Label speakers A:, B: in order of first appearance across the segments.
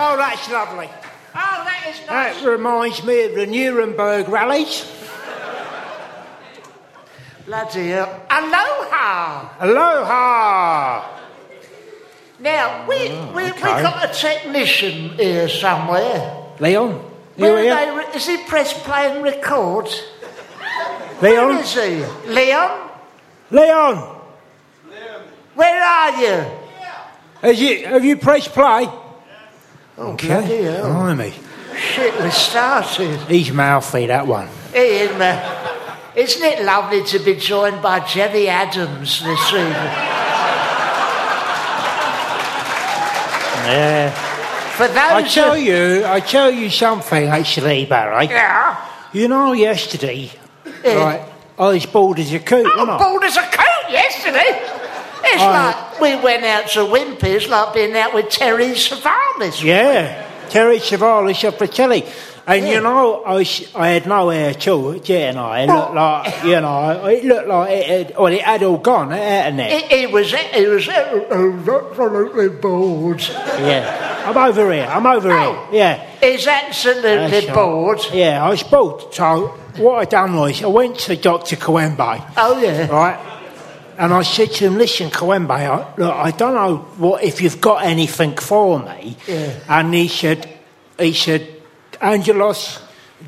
A: Oh, that's lovely.
B: Oh, that is nice.
A: That reminds me of the Nuremberg rallies.
C: Bloody hell.
B: Aloha.
A: Aloha!
B: Now,
C: We,
A: Mm,
C: we, we got a technician here somewhere.
A: Leon? You
C: Where
A: here?
C: are they, re- is he press play and record? Where
A: Leon?
C: is he? Leon?
A: Leon!
C: Where are you?
A: Have you, have you pressed play?
C: Oh, bloody hell.
A: Blimey.
C: Shit, we started.
A: He's mouthy, that one.
C: Ian, uh, isn't it lovely to be joined by Jerry Adams this evening?
A: Yeah.
C: For those
A: I tell
C: of-
A: you, I tell you something, actually, Barry.
B: Yeah.
A: You know, yesterday,
C: Yeah.
A: right, I was bald as a coot, wasn't I?
B: Bald as a coat yesterday.
C: It's
A: Oh.
C: like we went out to Wimpy. It's like being out with Terry Savalas.
A: Yeah, Terry Savalas up the telly. And you know, I, s- I had no hair at all, didn't I? It looked like, you know, it looked like it had, well, it had all gone, hadn't it?
C: He, he was he was absolutely bored.
A: Yeah. I'm over here, I'm over
C: Oh.
A: here. Yeah.
C: He's absolutely
A: That's right.
C: bored.
A: Yeah, I was bald. So what I done was I went to Dr. Coembe,
C: Oh yeah.
A: right? And I said to him, listen, Coembe, I, look, I don't know what if you've got anything for me.
C: Yeah.
A: And he said, he said, Angelos,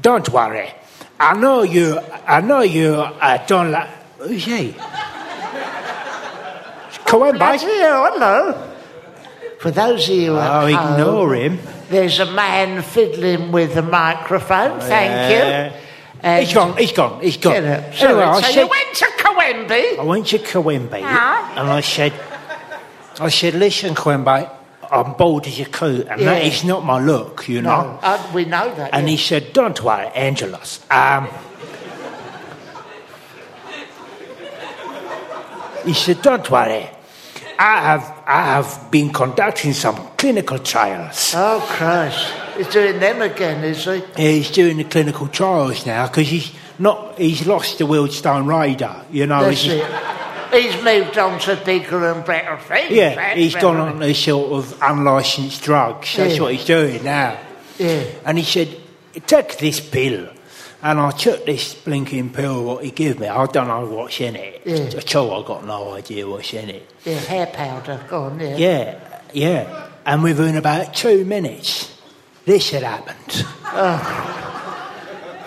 A: don't worry. I know you, I know you uh, don't like, who's he?
C: Bloody
A: Coembe.
C: hell, hello. For those of you at
A: Oh,
C: home,
A: ignore him.
C: There's a man fiddling with the microphone. Thank
A: Oh, Yeah.
C: you. And
A: He's gone, he's gone, he's gone.
C: Get up.
A: Anyway,
C: Sorry,
A: I
C: so
B: So
A: said-
B: you went to Coembe.
A: I went to Coimbe
B: Ah.
A: and I said, I said, listen, Coimbe, I'm bald as a coot, and that
C: Yeah.
A: is not my look, you know.
C: Uh, we know that.
A: And
C: yeah.
A: he said, don't worry, Angelos. Um, he said, don't worry. I have, I have been conducting some clinical trials.
C: Oh Christ! He's doing them again, is he?
A: He's doing the clinical trials now because he's not. He's lost the Wildstone Radar, you know.
C: That's
A: Oh, he's-
C: it. He's moved on to bigger and better things.
A: Yeah,
C: That's
A: he's
C: better.
A: gone on these sort of unlicensed drugs. That's
C: Yeah.
A: what he's doing now.
C: Yeah.
A: And he said, take this pill. And I took this blinking pill, what he gave me. I don't know what's in it.
C: Yeah.
A: At all, i got no idea what's in it.
C: Yeah, hair powder. Go on, yeah.
A: Yeah, yeah. And within about two minutes, this had happened.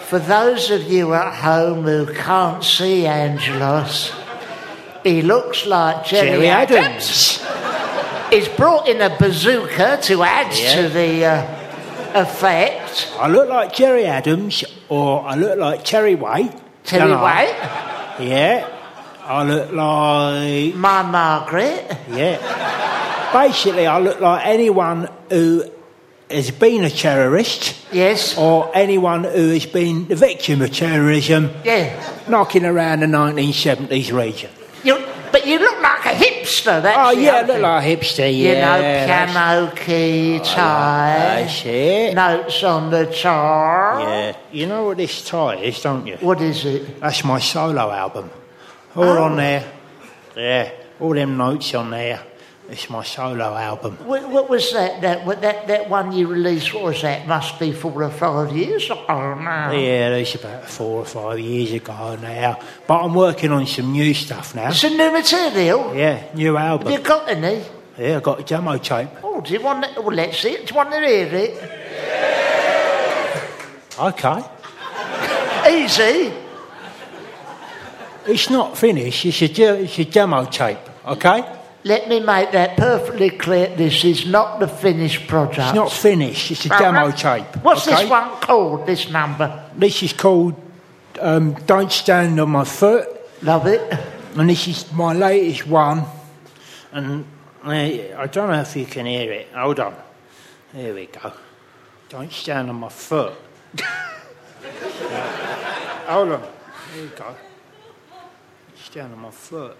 C: For those of you at home who can't see Angelos, he looks like Jerry,
A: Jerry
C: Adams.
A: Adams.
C: He's brought in a bazooka to add
A: Yeah.
C: to the uh, effect.
A: I look like Jerry Adams, or I look like Terry White.
C: Terry
A: don't I?
C: White,
A: Yeah. I look like
C: my Margaret.
A: Yeah. Basically, I look like anyone who has been a terrorist
C: Yes.
A: or anyone who has been the victim of terrorism
C: Yeah.
A: knocking around the 1970s region.
C: You, but you look like a hipster, that's
A: Oh,
C: the
A: yeah, I
C: other
A: look
C: thing.
A: like a hipster,
C: You
A: yeah. Oh,
C: know, piano key, tie,
A: That's it.
C: notes on the chart.
A: Yeah. You know what this tie is, don't you?
C: What is it?
A: That's my solo album. All on there. Yeah. All them notes on there. It's my solo album.
C: What, what was that, that? What that that one you released? What was that? Must be four or five years. I don't know.
A: Yeah, that's about four or five years ago now. But I'm working on some new stuff now.
C: It's a new material.
A: Yeah, new
C: Have you
A: album.
C: got any?
A: Yeah, I got a demo tape.
C: Oh, do you want? To, well, let's see. it. Do you want to hear it?
A: Okay.
C: Easy.
A: It's not finished, it's a, de- it's a demo tape, okay?
C: Let me make that perfectly clear. This is not the finished product.
A: It's not finished, it's a demo tape.
C: What's
A: okay?
C: this one called? This number.
A: This is called um, Don't Stand on My Foot,
C: Love it.
A: and this is my latest one. And uh, I, I don't know if you can hear it. Hold on. Here we go. Don't stand on my foot. Hold on. Here we go. Stand on my foot.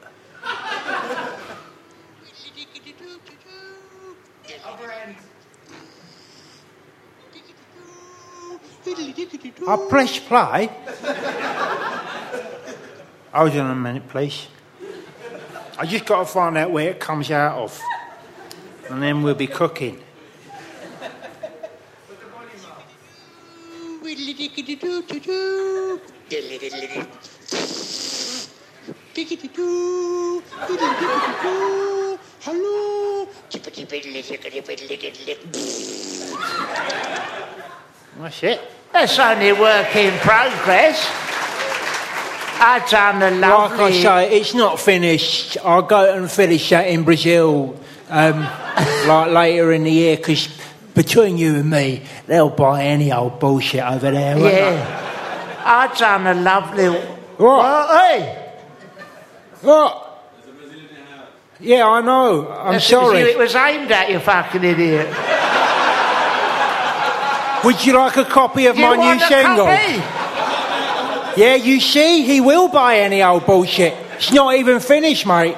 A: I press play. Hold on a minute, please. I just got to find out where it comes out of, and then we'll be cooking. That's it.
C: That's only work in progress. I've done a
A: Like I
C: lovely.
A: say, it's not finished. I'll go and finish that in Brazil um, like later in the year because between you and me, they'll buy any old bullshit over there. won't they?
C: yeah. I've done a lovely. Well, hey,
A: What? Yeah, I know. I'm
C: that's-
A: sorry.
C: It was aimed at you, fucking idiot.
A: Would you like a copy of
C: Do
A: my
C: you want
A: new
C: a
A: single?
C: copy?
A: Yeah, you see, he will buy any old bullshit. It's not even finished, mate.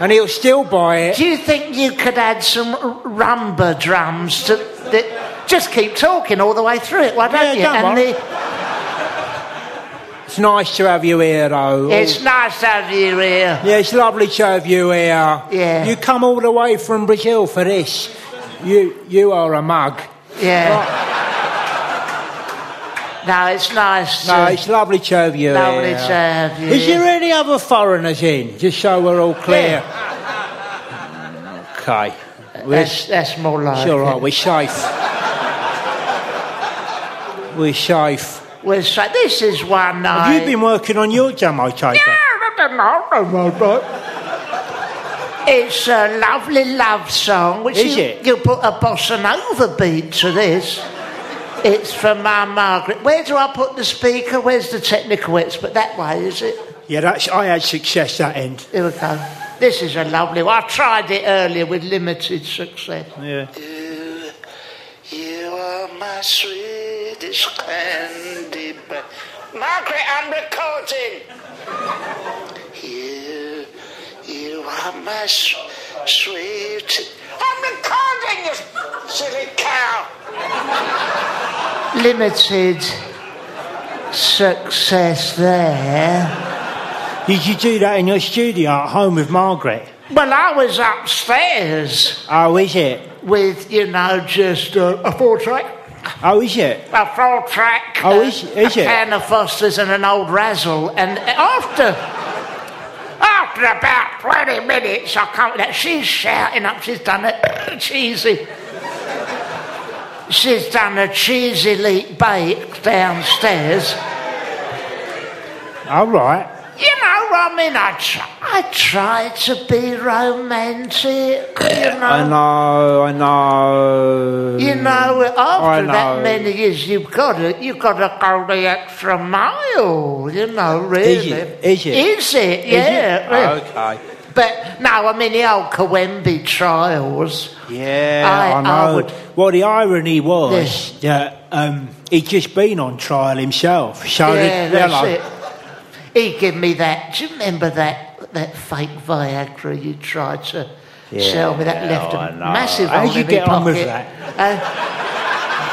A: And he'll still buy it.
C: Do you think you could add some r- rumba drums to the, just keep talking all the way through it? Why don't
A: Yeah,
C: you?
A: don't
C: and
A: worry.
C: the,
A: It's nice to have you here, though.
C: it's nice to have you here.
A: Yeah, it's lovely to have you here.
C: Yeah.
A: You come all the way from Brazil for this. You you are a mug.
C: Yeah. No, it's nice.
A: No,
C: to-
A: it's lovely to have you
C: Lovely
A: here.
C: to have you
A: Is
C: here.
A: there any other foreigners in? Just so we're all clear. Okay. We're
C: that's, that's more like
A: It's all right.
C: it.
A: We're safe. We're safe.
C: We're so, this is one night.
A: Have you been working on your demo tape?
C: It's a lovely love song, which
A: Is
C: you,
A: it?
C: you put a bossa nova beat to this. It's from my Margaret. Where do I put the speaker? Where's the technical expert? That way, is it?
A: Yeah, that's. I had success that end.
C: Here we go. This is a lovely one. I tried it earlier with limited success.
A: Yeah.
D: You, you are my sweetest candy, but Margaret, I'm recording. You, you are my s- sweet. I'm recording, you silly cow.
C: Limited success there.
A: Did you do that in your studio at home with Margaret?
C: Well, I was upstairs
A: Oh, is it?
C: with, you know, just a, a four track.
A: Oh, is it?
C: a full track. uh,
A: Oh, is- is
C: a
A: it?
C: can of Fosters and an old razzle. And after, after about 20 minutes, I can't, like, she's shouting up, she's done a cheesy, she's done a cheesy leak bake downstairs.
A: All right.
C: You know, I mean, I, tr- I try to be romantic, you
A: I
C: know.
A: know. I know.
C: You know,
A: Mm. I
C: after
A: know.
C: that many years, you've got to you've got to go the extra mile. You know, really.
A: it? Is it?
C: Is it?
A: Is it? Oh,
C: Yeah. really.
A: Okay.
C: But no, I mean the old Coembe trials.
A: Yeah,
C: I-
A: I,
C: I
A: know.
C: would-
A: Well, the irony was that um, he'd just been on trial himself. So
C: yeah,
A: that,
C: that's
A: you know,
C: it. He gave me that. Do you remember that that fake Viagra you tried to sell me? That left
A: I
C: a
A: know.
C: massive
A: How'd
C: hole
A: you
C: in my
A: get on with
C: pocket.
A: that?
C: Uh,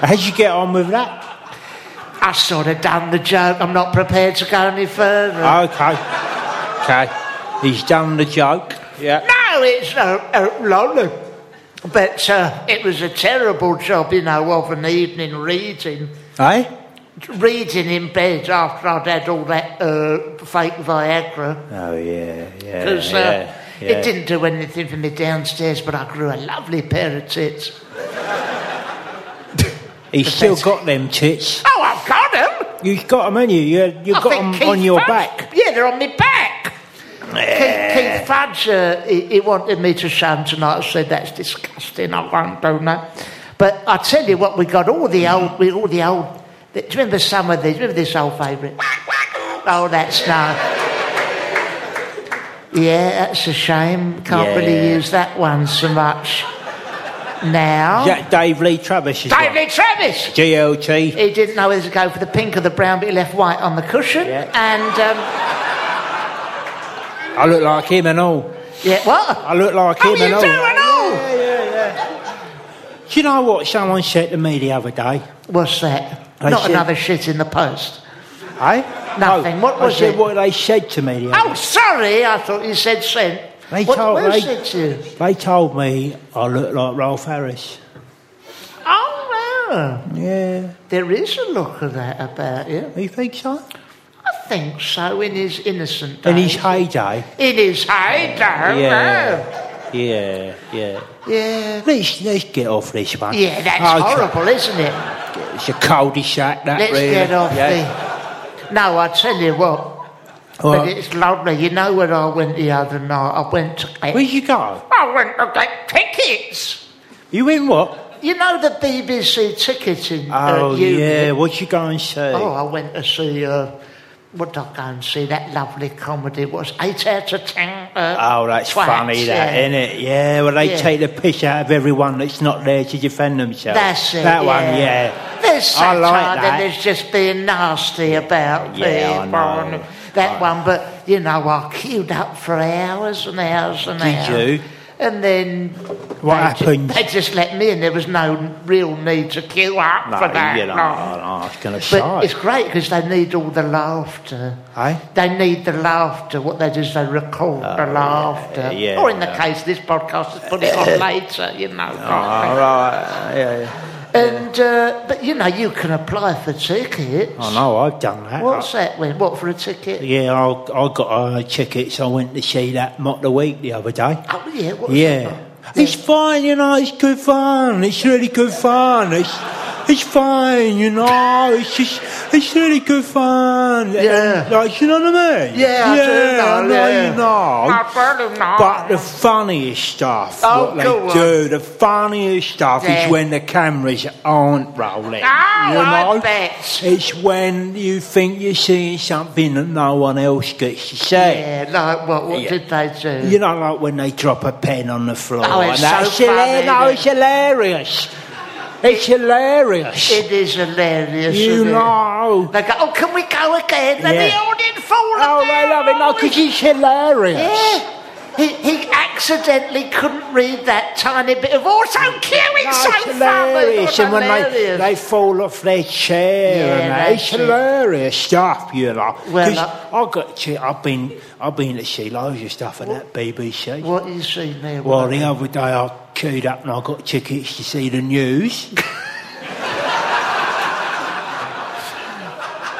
A: How'd you get on with that?
C: I sort of done the joke. I'm not prepared to go any further.
A: Okay. Okay. He's done the joke. Yeah.
C: No, it's a, a lonely. But uh, it was a terrible job, you know, of an evening reading.
A: Eh?
C: Reading in bed after I'd had all that uh, fake Viagra.
A: Oh, yeah. Yeah.
C: 'Cause, uh,
A: yeah, yeah.
C: It didn't do anything for me downstairs, but I grew a lovely pair of tits.
A: He's still got them tits.
C: Oh, I've got them!
A: You've got them, haven't you? you you've
C: I
A: got
C: think
A: them
C: Keith
A: on your
C: Fudge-
A: back.
C: Yeah, they're on my back. Keith, Keith Fudge, uh, he, he wanted me to show him tonight. I said that's disgusting. I won't do that. But I tell you what, we got all the old, we all the old. Do you remember some of these? Remember this old favourite? Oh, that's no. Yeah, that's a shame. Can't really
A: Yeah.
C: use that one so much now. Oh.
A: Is that Dave Lee Travis? is
C: David
A: it?
C: Travis.
A: GLT.
C: He didn't know whether to go for the pink or the brown, but he left white on the cushion.
A: Yeah.
C: And um,
A: I look like him and all.
C: yeah, what?
A: I look like
C: Oh,
A: him and
C: you
A: all.
C: do and all.
A: Yeah, yeah, yeah. Do you know what someone said to me the other day?
C: What's that?
A: I
C: Not
A: said-
C: another shit in the post.
A: Eh?
C: Nothing.
A: No,
C: What was
A: I said
C: it?
A: what they said to me the other
C: Oh, sorry, I thought you said sent.
A: They
C: what
A: told-
C: what
A: they-
C: said to you?
A: They told me I look like Ralph Harris.
C: Oh, Oh,
A: Yeah.
C: there is a look of that about him.
A: You think so?
C: I think so. In his innocent days.
A: In his heyday.
C: In his heyday.
A: Yeah. Yeah, yeah.
C: oh. Yeah.
A: Let's, let's get off this one.
C: Yeah, that's
A: Okay.
C: horrible, isn't it?
A: It's a coldy sack, that
C: Let's
A: really.
C: get off
A: yeah.
C: the. No, I tell you what.
A: What?
C: But it's lovely. You know where I went the other night? I went to get.
A: Where'd you go?
B: I went to get tickets.
A: You in what?
C: You know the BBC ticketing.
A: Oh,
C: uh, union?
A: yeah. What you going to see?
C: Oh, I went to see. Uh, what did I go and see? That lovely comedy. It was eight out of ten. Uh,
A: Oh, that's
C: twats,
A: funny, that,
C: yeah.
A: isn't it? Yeah, well, they
C: Yeah.
A: take the piss out of everyone that's not there to defend themselves.
C: That's it.
A: That one,
C: yeah.
A: yeah.
C: There's
A: I
C: satire,
A: like that.
C: then there's just being nasty about
A: Yeah, I
C: people. and
A: know.
C: That
A: I-
C: one, but you know, I queued up for hours and hours and
A: Did
C: hours.
A: you?
C: And then
A: What
C: they ju-
A: happened?
C: they just let me in. There was no real need to queue up
A: No,
C: for that.
A: you know,
C: long.
A: I was going to
C: But
A: say.
C: it's great because they need all the laughter.
A: Aye.
C: They need the laughter. What they do is they record the laughter.
A: Oh, yeah,
C: or in the
A: yeah.
C: case this podcast is put it on later, you know.
A: All right, yeah, yeah.
C: And uh, but you know you can apply for tickets.
A: I know, I've done that.
C: What's that? When what for a ticket?
A: Oh, Yeah, I, I got uh, tickets. I went to see that Mock the Week the other day.
C: Oh yeah. What's
A: Yeah. It's fine, you know, it's good fun. It's really good fun. It's, it's fine, you know, it's just, it's really good fun.
C: Yeah.
A: And, like, you know what I mean?
C: Yeah, I do know,
A: I know,
C: yeah.
A: you know.
B: I barely know.
A: But the funniest stuff,
C: Ah. Oh,
A: what they
C: go on.
A: do, the funniest stuff
C: Yeah. Ah,
A: is when the cameras aren't rolling.
B: Oh,
A: you
B: I
A: know?
B: bet.
A: It's when you think you're seeing something that no one else gets to see.
C: Yeah. Like what? What
A: Yeah.
C: did they do?
A: You know, like when they drop a pen on the floor.
C: Oh, it's
A: and that's
C: so funny,
A: hila-
C: isn't
A: no,
C: it?
A: it's hilarious. It's hilarious.
C: It is hilarious.
A: you
C: isn't it?
A: know.
C: They go. Oh, can we go again? And
A: Yeah.
C: the audience fall
A: Oh, they love it. No, because it's hilarious.
C: Yeah. He, he accidentally couldn't read that tiny bit of auto cue.
A: No,
C: It's
A: it's
C: so funny.
A: hilarious.
C: It's
A: And when they,
C: hilarious.
A: they fall off their chair,
C: Yeah,
A: and that, it's
C: that's it.
A: hilarious stuff, you know. 'Cause
C: Well, uh,
A: I got to, I've been, I've been to see loads of stuff on that BBC.
C: What you see there?
A: Well,
C: Warren?
A: the other day I queued up and I got tickets to see the news.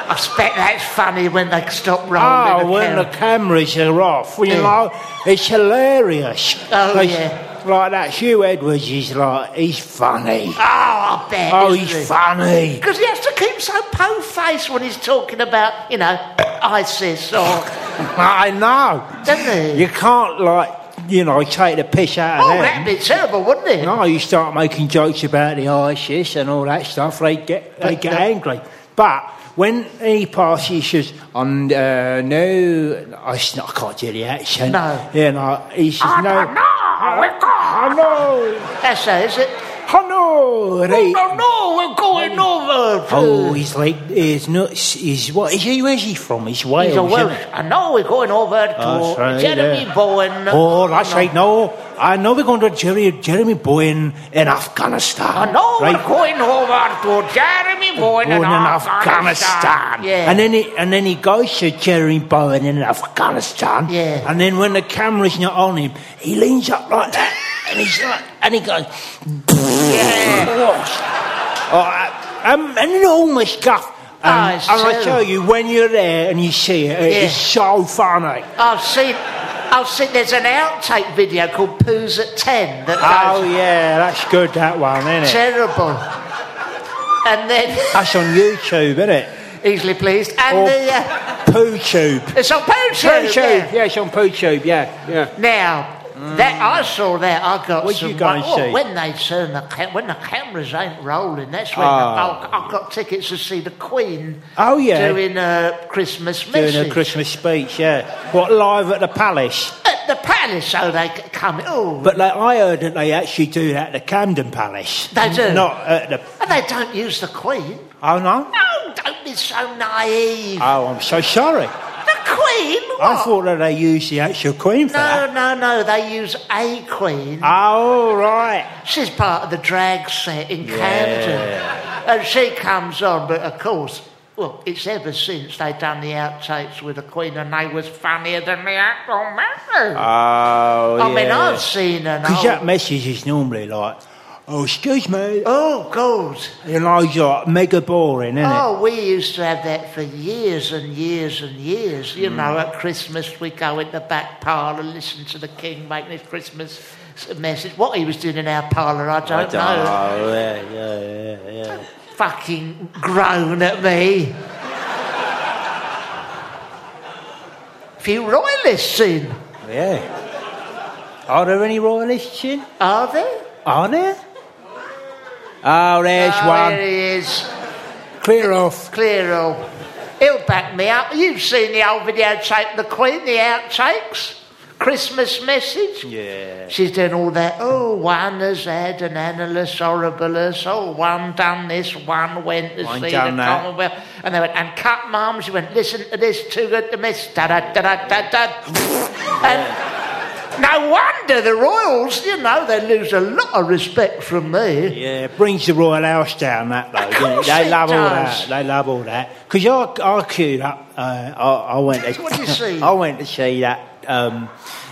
C: I expect that's funny when they stop rolling.
A: Oh, when
C: the
A: the cameras are off, you
C: Yeah.
A: know, it's hilarious.
C: Oh,
A: Like-
C: yeah.
A: Like that Hugh Edwards is like, he's funny.
C: Oh, I bet.
A: Oh, he's funny.
C: Because he has to keep so po faced when he's talking about, you know, ISIS or.
A: I know.
C: Doesn't he?
A: You can't, like, you know, take the piss out of
C: oh,
A: them.
C: that'd be terrible, wouldn't it?
A: No, you start making jokes about the ISIS and all that stuff, they get, they
C: But
A: get
C: the-
A: angry. But when he passes, he says, and uh, no, I, s- I can't do the accent.
C: No.
A: You know, he says,
B: I
A: no.
B: don't know. We're
A: I
B: going.
A: know.
C: That's how, is it?
A: Hello,
B: I
A: right.
B: don't know. We're going over.
A: Oh, he's like, he's nuts. He's what? Is he, where's he from? He's Wales.
C: He's a
A: isn't
C: Welsh.
A: it?
C: I know we're going over to
A: That's right,
C: Jeremy
A: yeah.
C: Bowen.
A: Oh, that's
C: No.
A: right. No, I know we're going to Jerry, Jeremy Bowen in Afghanistan.
C: I know
A: right?
B: We're going over to Jeremy Bowen
A: Bowen
B: in
A: in
B: Afghanistan.
A: Afghanistan.
C: Yeah.
A: And then he and then he goes to Jerry Bowen in Afghanistan.
C: Yeah.
A: And then when the camera's not on him, he leans up like that, and he's like, and he goes, oh, um, and then all my stuff.
C: Ah,
A: And,
C: it's
A: and I
C: true.
A: tell you, when you're there and you see it,
C: Yeah.
A: it's so funny.
C: I've seen. I've seen. There's an outtake video called "Poos at 10 that
A: Oh
C: goes
A: yeah, that's good. That one, isn't it?
C: terrible. And then
A: That's on YouTube, isn't it?
C: easily pleased. And
A: Or
C: the uh,
A: PooTube.
C: it's on Pootube,
A: PooTube.
C: yeah.
A: Yeah, it's on PooTube. Yeah, yeah.
C: Now, that I saw that I got
A: What'd
C: some.
A: you go and
C: oh,
A: see?
C: when they turn the ca- when the cameras ain't rolling, that's when
A: Ah.
C: I, I got tickets to see the Queen.
A: Oh, yeah.
C: doing a Christmas message
A: Doing a Christmas speech. Yeah. What live at the Palace?
C: at the palace, so they c- come. Oh,
A: But like, I heard that they actually do that at the Camden Palace.
C: They do?
A: Not at the.
C: and they don't use the Queen.
A: Oh no.
C: No, don't be so naive.
A: Oh, I'm so sorry.
C: the Queen. What?
A: Ah. I thought that they used the actual Queen for that.
C: Oh. no, no, no. They use a Queen.
A: Oh right.
C: She's part of the drag set in Camden. And she comes on, but of course, well, it's ever since they done the outtakes with the Queen and they was funnier than the actual message.
A: Oh
C: Oh, I mean, I've seen an
A: Because
C: old...
A: that message is normally like, Oh, excuse me.
C: Oh, God.
A: You know, it's like mega boring, isn't it?
C: Oh, we used to have that for years and years and years. You know, at Christmas we go in the back parlour, listen to the King making his Christmas s- message. What he was doing in our parlour, I don't,
E: I don't
C: know.
E: know. Yeah, yeah, yeah, yeah.
C: Fucking groan at me. Few royalists in,
A: Yeah. Are there any royalists in?
C: are there?
A: Are there? Oh, there's
C: Oh, There
A: one.
C: he is.
A: Clear off.
C: Clear all. He'll back me up. You've seen the old videotape, of the Queen, the outtakes, Christmas message.
E: Yeah.
C: She's doing all that. Oh, one has had an annulus horribilis. Oh, one done this, one went to
A: One
C: see the
A: done that.
C: Commonwealth. And they went, and cut mum. She went, listen to this, too good to miss. Da da da da da da. And no wonder the royals, you know, they lose a lot of respect from me.
A: Yeah, it brings the Royal House down that though.
C: Of
A: doesn't it?
C: course
A: They
C: it
A: love all
C: does.
A: that. They love all that. Because I, I queued up. Uh, I, I went. To,
C: What did you see?
A: I went to see that. Um,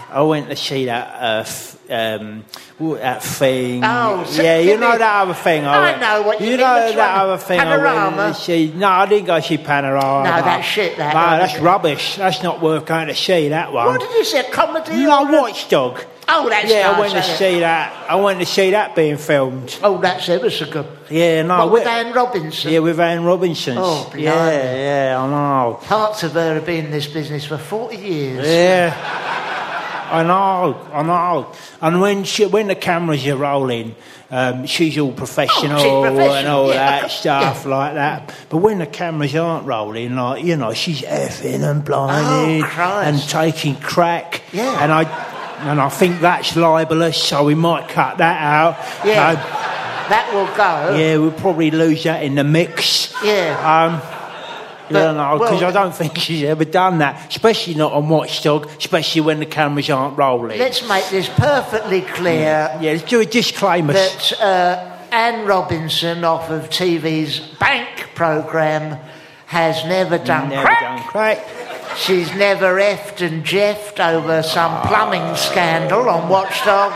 A: I went to see that. Uh, f- um, what, that thing.
C: Oh, so
A: yeah, you
C: can
A: know
C: you-
A: that other thing. I,
C: I
A: went-
C: know what you mean.
A: know
C: Which
A: that
C: one?
A: other thing. I
C: Panorama?
A: went to see. No, I didn't go see Panorama.
C: No, that's shit, that
A: no,
C: one,
A: that's
C: isn't it?
A: rubbish. That's not worth going to see. That one.
C: What did you say, a comedy?
A: you
C: or
A: know,
C: a-
A: Watchdog.
C: Oh, that's
A: yeah,
C: nice,
A: I went to
C: isn't it?
A: see that. I went to see that being filmed.
C: Oh, that's ever so good.
A: Yeah, no.
C: what with
A: we-
C: Dan Robinson?
A: yeah, with Anne Robinson's.
C: Oh, blimey.
A: yeah, yeah, I know.
C: Parts of her have been in this business for 40 years.
A: Yeah, I know, I know. And when she, when the cameras are rolling, um, she's all professional, and
C: Oh, professional,
A: all
C: yeah.
A: that stuff like that. But when the cameras aren't rolling, like you know, she's effing and blinded
C: Oh, Christ.
A: and taking crack.
C: Yeah.
A: and I. And I think that's libelous, so we might cut that out.
C: Yeah.
A: Um,
C: That will go.
A: yeah, we'll probably lose that in the mix.
C: Yeah.
A: Um,
C: But-
A: yeah, no, because
C: well-
A: I don't think she's ever done that, especially not on Watchdog, especially when the cameras aren't rolling.
C: Let's make this perfectly clear
A: yeah, let's do a disclaimer.
C: that uh, Anne Robinson off of TV's Bank programme has never done
A: Never
C: crack.
A: done crack.
C: She's never effed and jeffed over some plumbing scandal on Watchdog.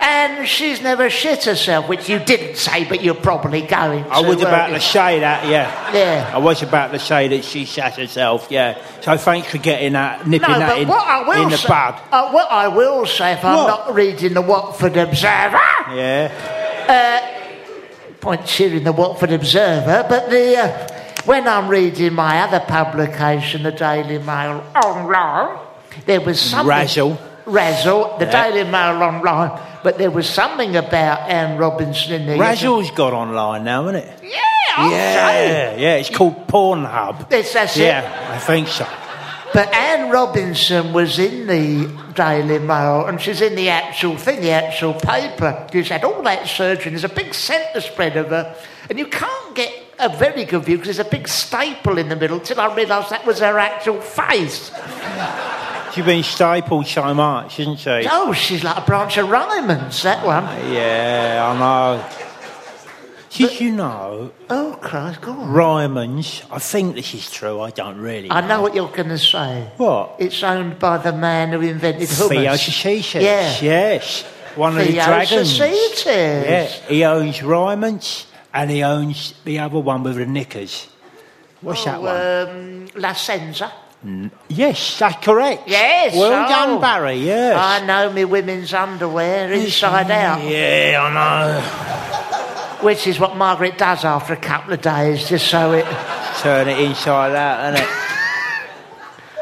C: And she's never shit herself, which you didn't say, but you're probably going to.
A: I was
C: weren't
A: about
C: you?
A: to say that, yeah.
C: Yeah.
A: I was about to say that she sat herself, yeah. So thanks for getting that, nipping
C: No,
A: that
C: but
A: in,
C: what I will
A: in the
C: say,
A: bud.
C: uh, what I will say, if I'm
A: What?
C: not reading the Watford Observer,
A: Yeah,
C: point cheering the Watford Observer, but the uh, when I'm reading my other publication, the Daily Mail online, there was something
A: Razzle.
C: Razzle, the Daily Mail online, but there was something about Anne Robinson in there.
A: Razzle's got online now, isn't it?
C: yeah, I'm saying.
A: yeah, yeah. It's called Pornhub.
C: That's, that's it.
A: Yeah, I think so.
C: But Anne Robinson was in the Daily Mail and she's in the actual thing, the actual paper. She's had all that surgery. There's a big centre spread of her. And you can't get a very good view because there's a big staple in the middle till I realised that was her actual face.
A: She's been stapled so much, isn't she?
C: Oh, she's like a branch of Ryman's, that one.
A: Yeah, I know. Did you know
C: Oh, Christ, go on.
A: Ryman's? I think this is true. I don't really.
C: I know what you're going to say.
A: What?
C: It's owned by the man who invented hummus.
A: Theosocites.
C: Yeah.
A: Yes. One of the dragons.
C: Theosocites.
A: Yeah. He owns Ryman's and he owns the other one with the knickers.
C: Oh,
A: What's that one?
C: Um, La Senza.
A: yes, that's correct.
C: Yes,
A: Well
C: oh.
A: done, Barry. Yes.
C: I know me women's underwear inside out,
A: yeah, I
C: which is what Margaret does after a couple of days, just so it.
A: know. Turn it inside out, innit?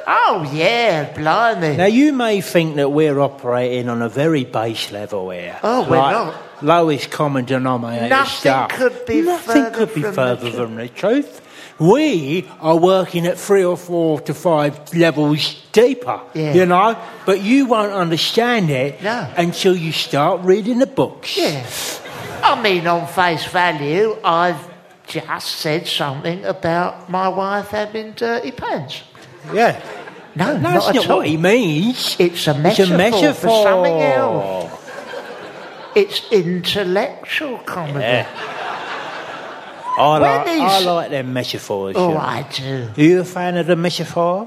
C: Oh yeah, blimey!
A: Now, you may think that we're operating on a very base level here.
C: Oh, we're not.
A: Lowest common denominator
C: Nothing
A: stuff.
C: could be
A: Nothing
C: further
A: could be
C: from the
A: further
C: truth.
A: from the truth. We are working at three or four to five levels deeper,
C: Yeah.
A: you know? But you won't understand it
C: No.
A: until you start reading the books.
C: Yeah. I mean, on face value, I've just said something about my wife having dirty pants.
A: Yeah.
C: No,
A: No,
C: not
A: that's
C: at
A: not
C: all.
A: what he means.
C: It's a
A: It's
C: metaphor,
A: a metaphor
C: for something else. It's intellectual comedy.
A: Yeah. I
C: When
A: like, I
C: is-
A: like them metaphors. you
C: Oh,
A: know.
C: I do.
A: Are you a fan of the metaphor?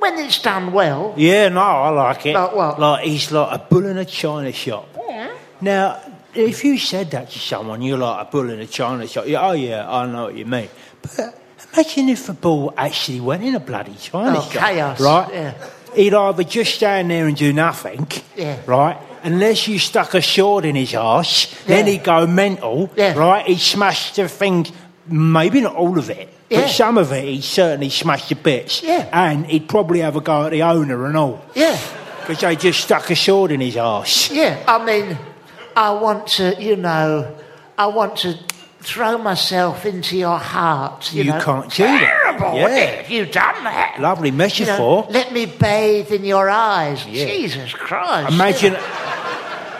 C: When it's done well,
A: Yeah, no, I like it.
C: Like what?
A: Like he's like a bull in a china shop. Now, if you said that to someone, you're like a bull in a china shop. Yeah, oh yeah, I know what you mean. But imagine if a bull actually went in a bloody china
C: Oh,
A: shop,
C: chaos,
A: right?
C: yeah.
A: He'd either just stand there and do nothing,
C: Yeah.
A: right? Unless you stuck a sword in his arse, then
C: Yeah.
A: he'd go mental,
C: Yeah.
A: right? He'd smash the thing, maybe not all of it,
C: Yeah.
A: but some of it he'd certainly smash to bits.
C: Yeah.
A: And he'd probably have a go at the owner and all.
C: Yeah,
A: Because they just stuck a sword in his arse.
C: yeah. I mean, I want to, you know, I want to throw myself into your heart. You,
A: You,
C: know.
A: can't do that.
B: Terrible.
A: Yeah.
B: Have you done that?
A: Lovely
C: You know,
A: metaphor.
C: let me bathe in your eyes.
A: Yeah.
C: Jesus Christ.
A: imagine,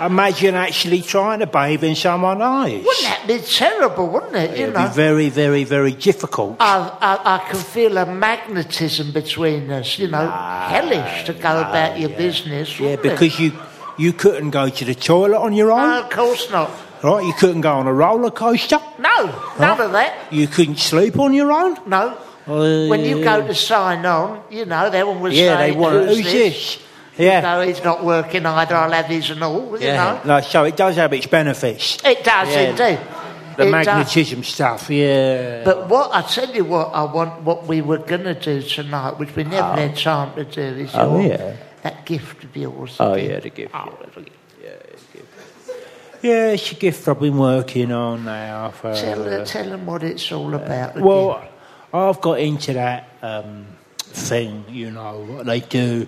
A: imagine actually trying to bathe in someone's eyes.
C: Wouldn't that be terrible, wouldn't it? You
A: It'd
C: know.
A: be very, very, very difficult.
C: I, I, I can feel a magnetism between us, you know, hellish to go about your business.
A: yeah,
C: wouldn't it?
A: because you you couldn't go to the toilet on your
C: No,
A: own,
C: of course not.
A: right? You couldn't go on a roller coaster.
C: No, none of that.
A: You couldn't sleep on your own.
C: No. when you go to sign on, you know, they always
A: Yeah,
C: say,
A: they want
C: who's,
A: who's
C: this?
A: this? Yeah,
C: No, he's not working either, I'll have his and all, you
A: yeah.
C: know.
A: No, so it does have its benefits.
C: It does
A: Yeah.
C: indeed.
A: The
C: It does.
A: magnetism stuff. Yeah.
C: But what I tell you what I want what we were gonna do tonight, which we never had time to do, is
E: Oh,
C: your-
E: yeah.
C: that gift of yours.
E: Oh,
C: again.
E: yeah, the gift. yeah.
A: Yeah, it's a gift I've been working on now for.
C: Tell, tell them what it's all about. again.
A: well, I've got into that um, thing, you know, what they do.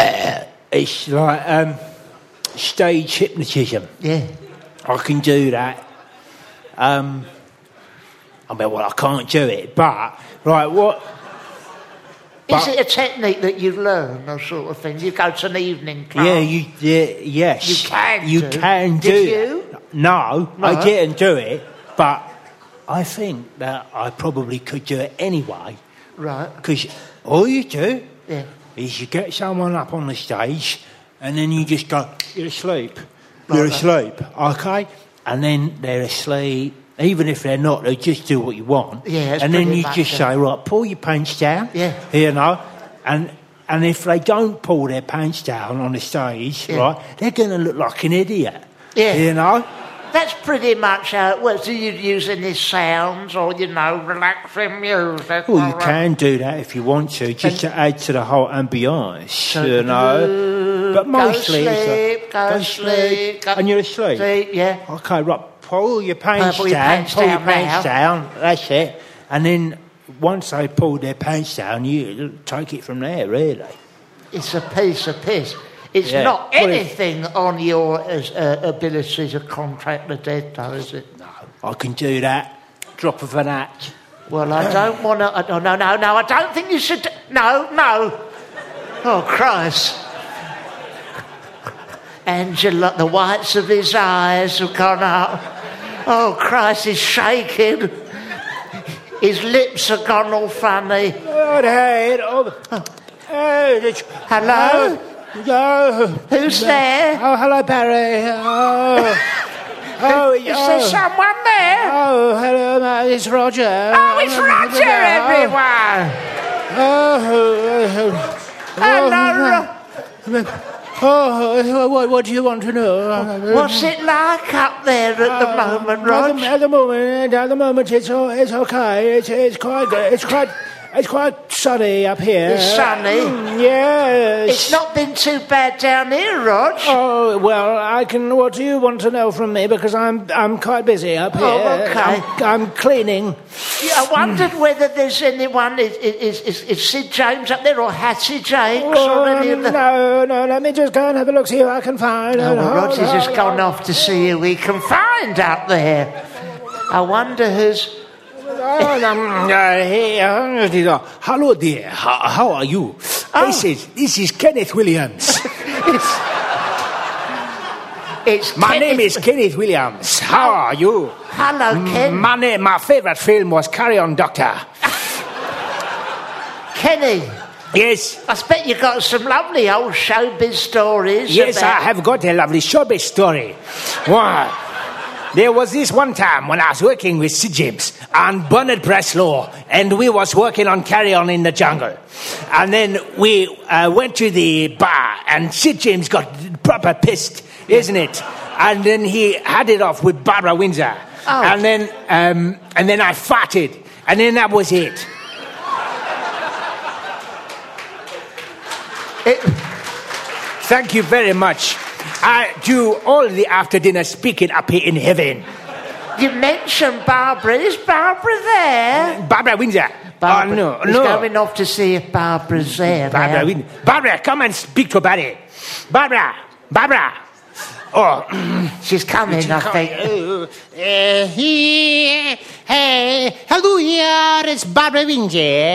A: Uh, it's like um, stage hypnotism.
C: yeah.
A: I can do that. Um, I mean, well, I can't do it, but, right, what.
C: Is
A: But-
C: it a technique that you learn or sort of thing? You go to an evening class.
A: Yeah, you, yeah, yes.
C: You can
A: You
C: do.
A: can do.
C: Did
A: that.
C: you?
A: No,
C: No.
A: I didn't do it, but I think that I probably could do it anyway.
C: Right.
A: Because all oh, you do
C: Yeah.
A: is you get someone up on the stage and then you just go, you're asleep. You're asleep, okay? And then they're asleep. Even if they're not, they just do what you want.
C: Yeah, it's
A: and then
C: pretty
A: you
C: much
A: just
C: it.
A: say, right, pull your pants down.
C: Yeah.
A: You know? And and if they don't pull their pants down on the stage,
C: Yeah.
A: right, they're gonna look like an idiot.
C: Yeah.
A: You know?
C: That's pretty much how it works. Do you use any sounds or, you know, relaxing music?
A: Well, Oh, you
C: or, uh,
A: can do that if you want to, just to add to the whole ambiance,
C: So-
A: you know. But
C: Go
A: mostly, it's
C: sleep,
A: like,
C: go sleep, go-
A: and you're asleep.
C: See, yeah.
A: Okay, right. Pull your pants
C: Pull your
A: down.
C: pants
A: pull
C: down
A: your pants
C: now.
A: down. That's it. And then once they pull their pants down, you take it from there, really.
C: It's a piece of piss. It's
A: Yeah.
C: not
A: Well, it-
C: anything on your uh, ability to contract the dead, though, is it? No.
A: I can do that. Drop of an act.
C: Well, I don't want to. No, no, no, no. I don't think you should. No, no. Oh, Christ. Angela, the whites of his eyes have gone up. Oh, Christ, he's shaking. His lips have gone all funny.
A: Good head. Oh, oh, it's-
C: Hello?
A: Oh, no.
C: Who's there?
A: Oh, hello, Barry. Oh, oh,
C: Is
A: oh.
C: there someone there?
A: Oh, hello, mate. It's Roger.
B: Oh, it's Roger, everyone.
A: Oh,
C: Hello.
A: oh, what, what do you want to know?
C: What's it like up there at
A: Oh,
C: the moment,
A: At the,
C: Rog?
A: at the moment, at the moment, it's all, it's okay. It's it's quite good. It's quite it's quite sunny up here.
C: It's sunny?
A: Mm, yes.
C: It's not been too bad down here, Rog.
A: Oh well, I can. What do you want to know from me? Because I'm I'm quite busy up here.
C: Oh, okay.
A: I'm, I'm cleaning.
C: Yeah, I wondered whether there's anyone is is, is is Sid James up there or Hattie Jakes or any
A: Oh,
C: of the.
A: no, no. Let me just go and have a look. See who I can find.
C: Oh, well,
A: Hold
C: Roger's just
A: on.
C: gone off to see who he can find up there. I wonder who's.
A: Oh, um, uh, hey, uh, you know, hello there. How, how are you?
C: Oh.
A: This is this is Kenneth Williams.
C: It's, it's
A: My
C: Ken-
A: name is Kenneth Williams. How are you?
C: Hello, Ken.
A: My name, my favorite film was Carry On Doctor.
C: Kenny.
A: Yes,
C: I bet you got some lovely old showbiz stories.
A: yes,
C: about-
A: I have got a lovely showbiz story. Wow. There was this one time when I was working with Sid James and Bernard Breslow, and we was working on Carry On in the Jungle. And then we uh, went to the bar, and Sid James got proper pissed, isn't it? and then he had it off with Barbara Windsor,
C: Oh.
A: and then um, and then I farted, and then that was it.
C: It-
A: Thank you very much. I do all the after dinner speaking up here in heaven.
C: you mentioned Barbara. Is Barbara there?
A: Barbara Windsor.
C: Barbara
A: oh no,
C: is
A: no.
C: going off to see if Barbara's there.
A: Barbara,
C: now.
A: we, Barbara, come and speak to Barry. Barbara, Barbara. Oh,
C: She's coming, I think.
E: Uh, uh, he, hey, hello here, it's Barbara Windsor.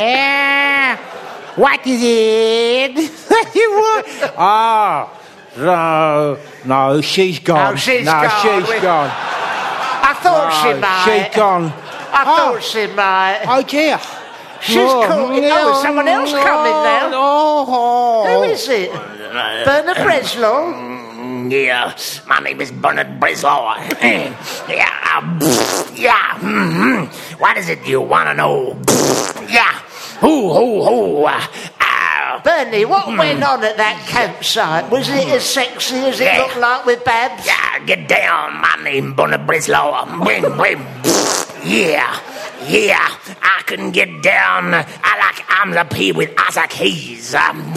A: Eh,
E: Uh, what is it?
A: ah, no, no, she's gone.
C: Oh, she's
A: no,
C: gone.
A: she's
C: We-
A: gone.
C: I thought she might.
A: she's gone. Oh.
C: I thought she might.
E: Oh dear.
C: She's coming. Oh, is someone else coming now? Who is it? Bernard Breslau?
A: Oh,
B: Yeah, my name is Bernard Breslau. yeah, uh, yeah. mhm.
A: mm-hmm.
B: What is it you want to know? yeah. Who, who, who? Uh, uh,
C: Bernie, what went on at that campsite? Was it as sexy as it
B: Yeah.
C: looked like with Babs?
B: yeah, get down. My name Bernard Breslau. Wing, wing. yeah, yeah. I can get down. I like Amla P with Isaac Hayes. Um,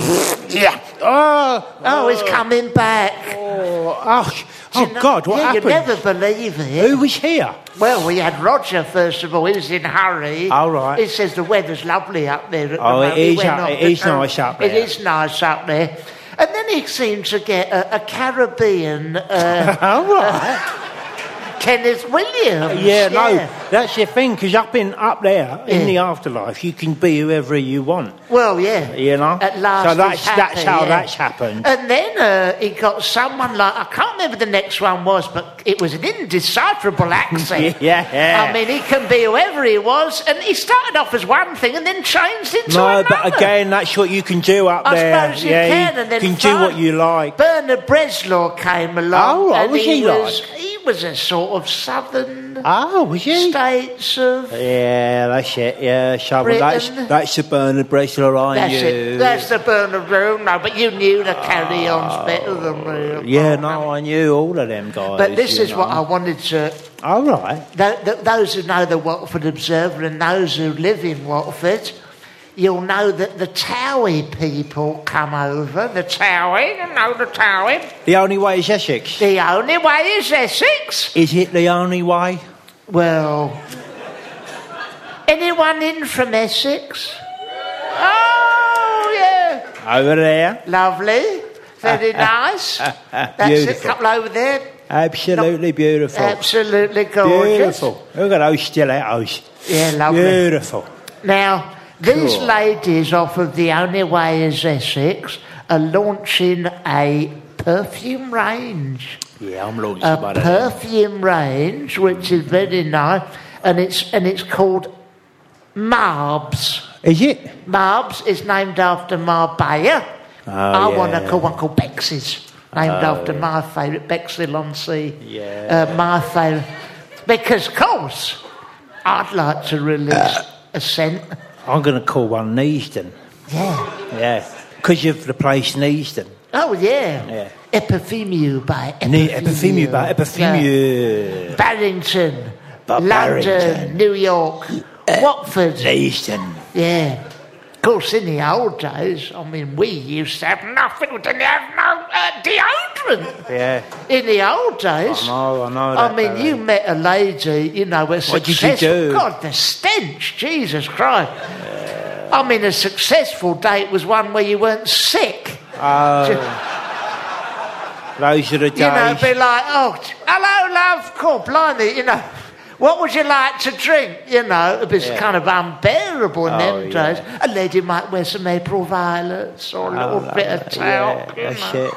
B: yeah.
A: Oh,
C: Oh, he's coming back.
A: oh, oh, oh God, what
C: yeah,
A: happened?
C: you never believe it.
A: Who was here?
C: Well, we had Roger, first of all. He was in a hurry.
A: All right.
C: He says the weather's lovely up there. At the
A: Oh, it
C: moment. He
A: is
C: went
A: up-
C: on
A: it
C: the
A: is nice
C: tour.
A: up
C: It
A: there.
C: is nice up there. And then he seems to get a, a Caribbean uh,
A: All right.
C: Kenneth Williams.
A: yeah, no, that's the thing, because up in up there in
C: Yeah.
A: the afterlife, you can be whoever you want.
C: Well, yeah.
A: You know?
C: At last.
A: So
C: he's
A: that's- that's
C: happy,
A: how
C: yeah.
A: that's happened.
C: And then uh, he got someone like, I can't remember the next one was, but it was an indecipherable accent.
A: Yeah.
C: I mean, he can be whoever he was, and he started off as one thing and then changed into
A: No,
C: another.
A: but again, that's what you can do up
C: I
A: there.
C: suppose you
A: yeah,
C: can, and then
A: you can do what
C: fun.
A: you like.
C: Bernard Breslau came along.
A: Oh, what
C: and
A: was he
C: was, He was a sort of southern
A: Oh, was you?
C: states of.
A: Yeah, that's it. Yeah, so well, that's
C: Britain.
A: that's the Bernard Bracelet I
C: That's
A: knew.
C: it. That's the Bernard Room. No, but you knew the carry-ons better than me.
A: Oh, yeah, no, I knew all of them guys.
C: But this
A: you
C: is what I
A: know.
C: wanted to.
A: All right.
C: Th- th- those who know the Watford Observer and those who live in Watford, you'll know that the Towie people come over. The Towie, you know the Towie.
A: The only way is Essex.
C: The only way is Essex.
A: Is it the only way?
C: Well, anyone in from Essex? Oh, yeah.
A: Over there,
C: Lovely. Very nice. That's it.
A: beautiful.
C: Couple over there.
A: absolutely beautiful,
C: Absolutely gorgeous.
A: beautiful. Look at those stilettos.
C: Yeah, lovely.
A: Beautiful.
C: Now, these
A: Cool.
C: ladies off of The Only Way is Essex are launching a perfume range.
E: Yeah, I'm longing
C: A
E: about it.
C: perfume range, which is very nice, and it's, and it's called Marbs.
A: Is it?
C: Marbs is named after Marbella. I want to
A: Oh, yeah. Oh,
C: call one called Bex's, named after my favourite, Bexley on Sea.
A: Yeah.
C: Uh, my favourite. Because, of course, I'd like to release a scent.
A: I'm going to call one Neasden.
C: Yeah.
A: Yeah, because you've replaced Neasden.
C: Oh, yeah.
A: Yeah.
C: Epiphemia by
A: Ne- Epiphemia, but
C: Yeah.
A: Epiphemia.
C: Barrington.
A: Ba-
C: London,
A: Barrington. Uh,
C: New York, Watford.
A: Neasden.
C: Yeah. Of course, in the old days, I mean, we used to have nothing. We didn't have no uh, deodorant.
A: Yeah.
C: In the old days.
A: I know, I know
C: I
A: that,
C: mean,
A: though.
C: you met a lady, you know, a
A: What did you
C: successful.
A: do?
C: God, the stench, Jesus Christ. I mean, a successful date was one where you weren't sick.
A: Oh. Those are the days.
C: You know, be like, oh, t- hello, love, cool, blimey, you know. What would you like to drink? You know, it was kind of unbearable in
A: Oh,
C: them
A: yeah.
C: days. A lady might wear some April violets or a little
A: Oh,
C: bit of
A: yeah,
C: talc. you
A: that's
C: know.
A: it.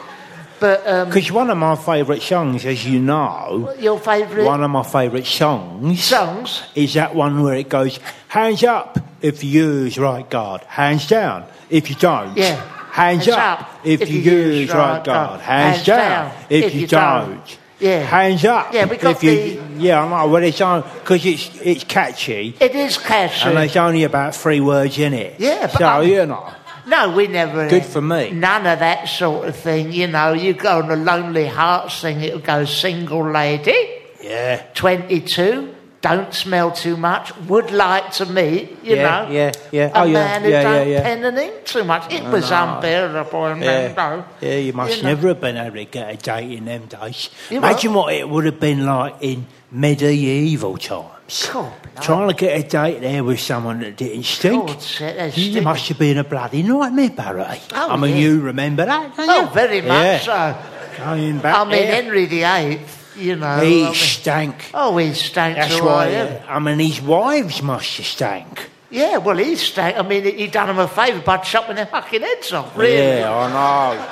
C: But um,
A: Because one of my favourite songs, as you know,
C: your favourite
A: one of my favourite songs
C: songs?
A: is that one where it goes, hands up if you use right guard, hands down if you don't.
C: Yeah.
A: Hands, up, if, you, use right guard, hands, down, if, you, don't.
C: Yeah.
A: Hands up.
C: Yeah, we got
A: if you, Yeah, I know, well, it's on, because it's, it's catchy.
C: It is catchy.
A: And there's only about three words in it.
C: Yeah, but
A: so
C: I-
A: you know,
C: No, we never.
A: Good
C: had
A: for me.
C: None of that sort of thing. You know, you go on a Lonely Hearts thing, it'll go single lady,
A: yeah,
C: 22, don't smell too much, would like to meet, you
A: Yeah,
C: know.
A: yeah, yeah.
C: A
A: Oh, yeah,
C: man who
A: yeah, yeah,
C: don't
A: yeah.
C: pen and ink too much. It was unbearable in them
A: yeah,
C: though.
A: yeah. You must
C: know.
A: never have been able to get a date in them days.
C: You
A: Imagine what it would have been like in medieval times.
C: God,
A: Trying to get a date there with someone that didn't stink.
C: God, shit, they
A: you
C: stink.
A: must have been a bloody nightmare, Barry.
C: Oh,
A: I mean,
C: yeah.
A: you remember that, don't
C: Oh,
A: you?
C: very much
A: Uh,
C: so.
A: so. Going back
C: I mean,
A: there,
C: Henry VIII, you know. I
A: he
C: mean-
A: stank.
C: oh, he stank
A: That's
C: to
A: why.
C: I am.
A: uh, I mean, his wives must have stank.
C: Yeah, well, he stank. I mean, he done him a favour by chopping their fucking heads off, really.
A: Yeah, I know.